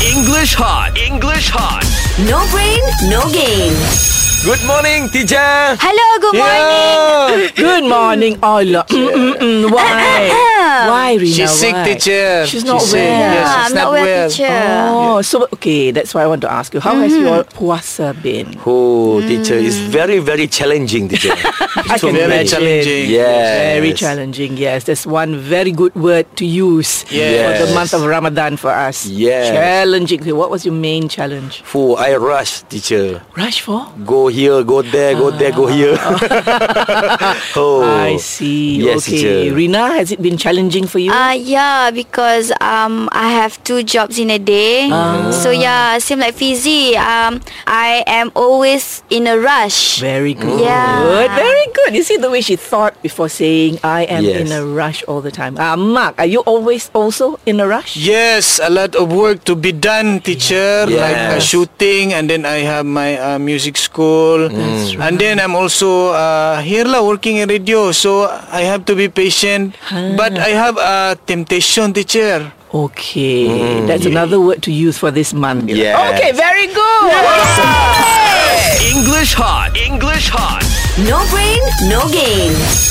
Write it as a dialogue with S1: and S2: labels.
S1: English hot. English hot.
S2: No brain, no game.
S1: Good morning, teacher.
S2: Hello, good morning.
S3: Good morning, Ayla. Mm, mm, mm.
S1: Ah,
S3: Why? Why, Rina?
S4: She's sick,
S3: Why?
S4: teacher.
S3: She's not
S4: She's sick.
S3: well.
S2: Ah,
S4: Yes,
S2: I'm
S4: she's
S2: not
S4: not
S2: well,
S4: well.
S2: teacher.
S3: Oh, so okay. That's why I want to ask you. How has
S1: Mm-hmm.
S3: your puasa been?
S1: Oh, teacher, it's very, very challenging, teacher.
S3: I
S1: So
S3: can
S1: very
S3: imagine.
S4: challenging.
S1: Yes.
S3: Very challenging. Yes, that's one very good word to use for the
S1: Yes.
S3: month of Ramadan for us.
S1: Yes.
S3: Challenging. Okay, What was your main challenge?
S1: Oh, I rush, teacher.
S3: Rush for?
S1: Go here, go there, go there, go here. oh.
S3: I see.
S1: Yes,
S3: okay.
S1: teacher.
S3: Rina, has it been challenging for you?
S5: Uh, yeah, because um, I have two jobs in a day. So yeah, same like Fizzy. Um, I am always in a rush.
S3: Very
S1: Mm.
S3: good.
S5: Yeah.
S3: Very good. You see the way she thought before saying, I am
S1: Yes.
S3: in a rush all the time. Uh, Mark, are you always also in a rush?
S4: Yes, a lot of work to be done, teacher.
S1: Yes.
S4: Like uh, shooting, and then I have my uh, music school,
S1: Mm.
S3: That's
S4: and then I'm also uh, here lah working in radio. So I have to be patient,
S1: Ah.
S4: but I have a temptation, teacher.
S3: Okay. That's another word to use for this month.
S1: Mm. Yes.
S3: Okay, very good.
S1: English hot. English hot.
S2: No brain, no game.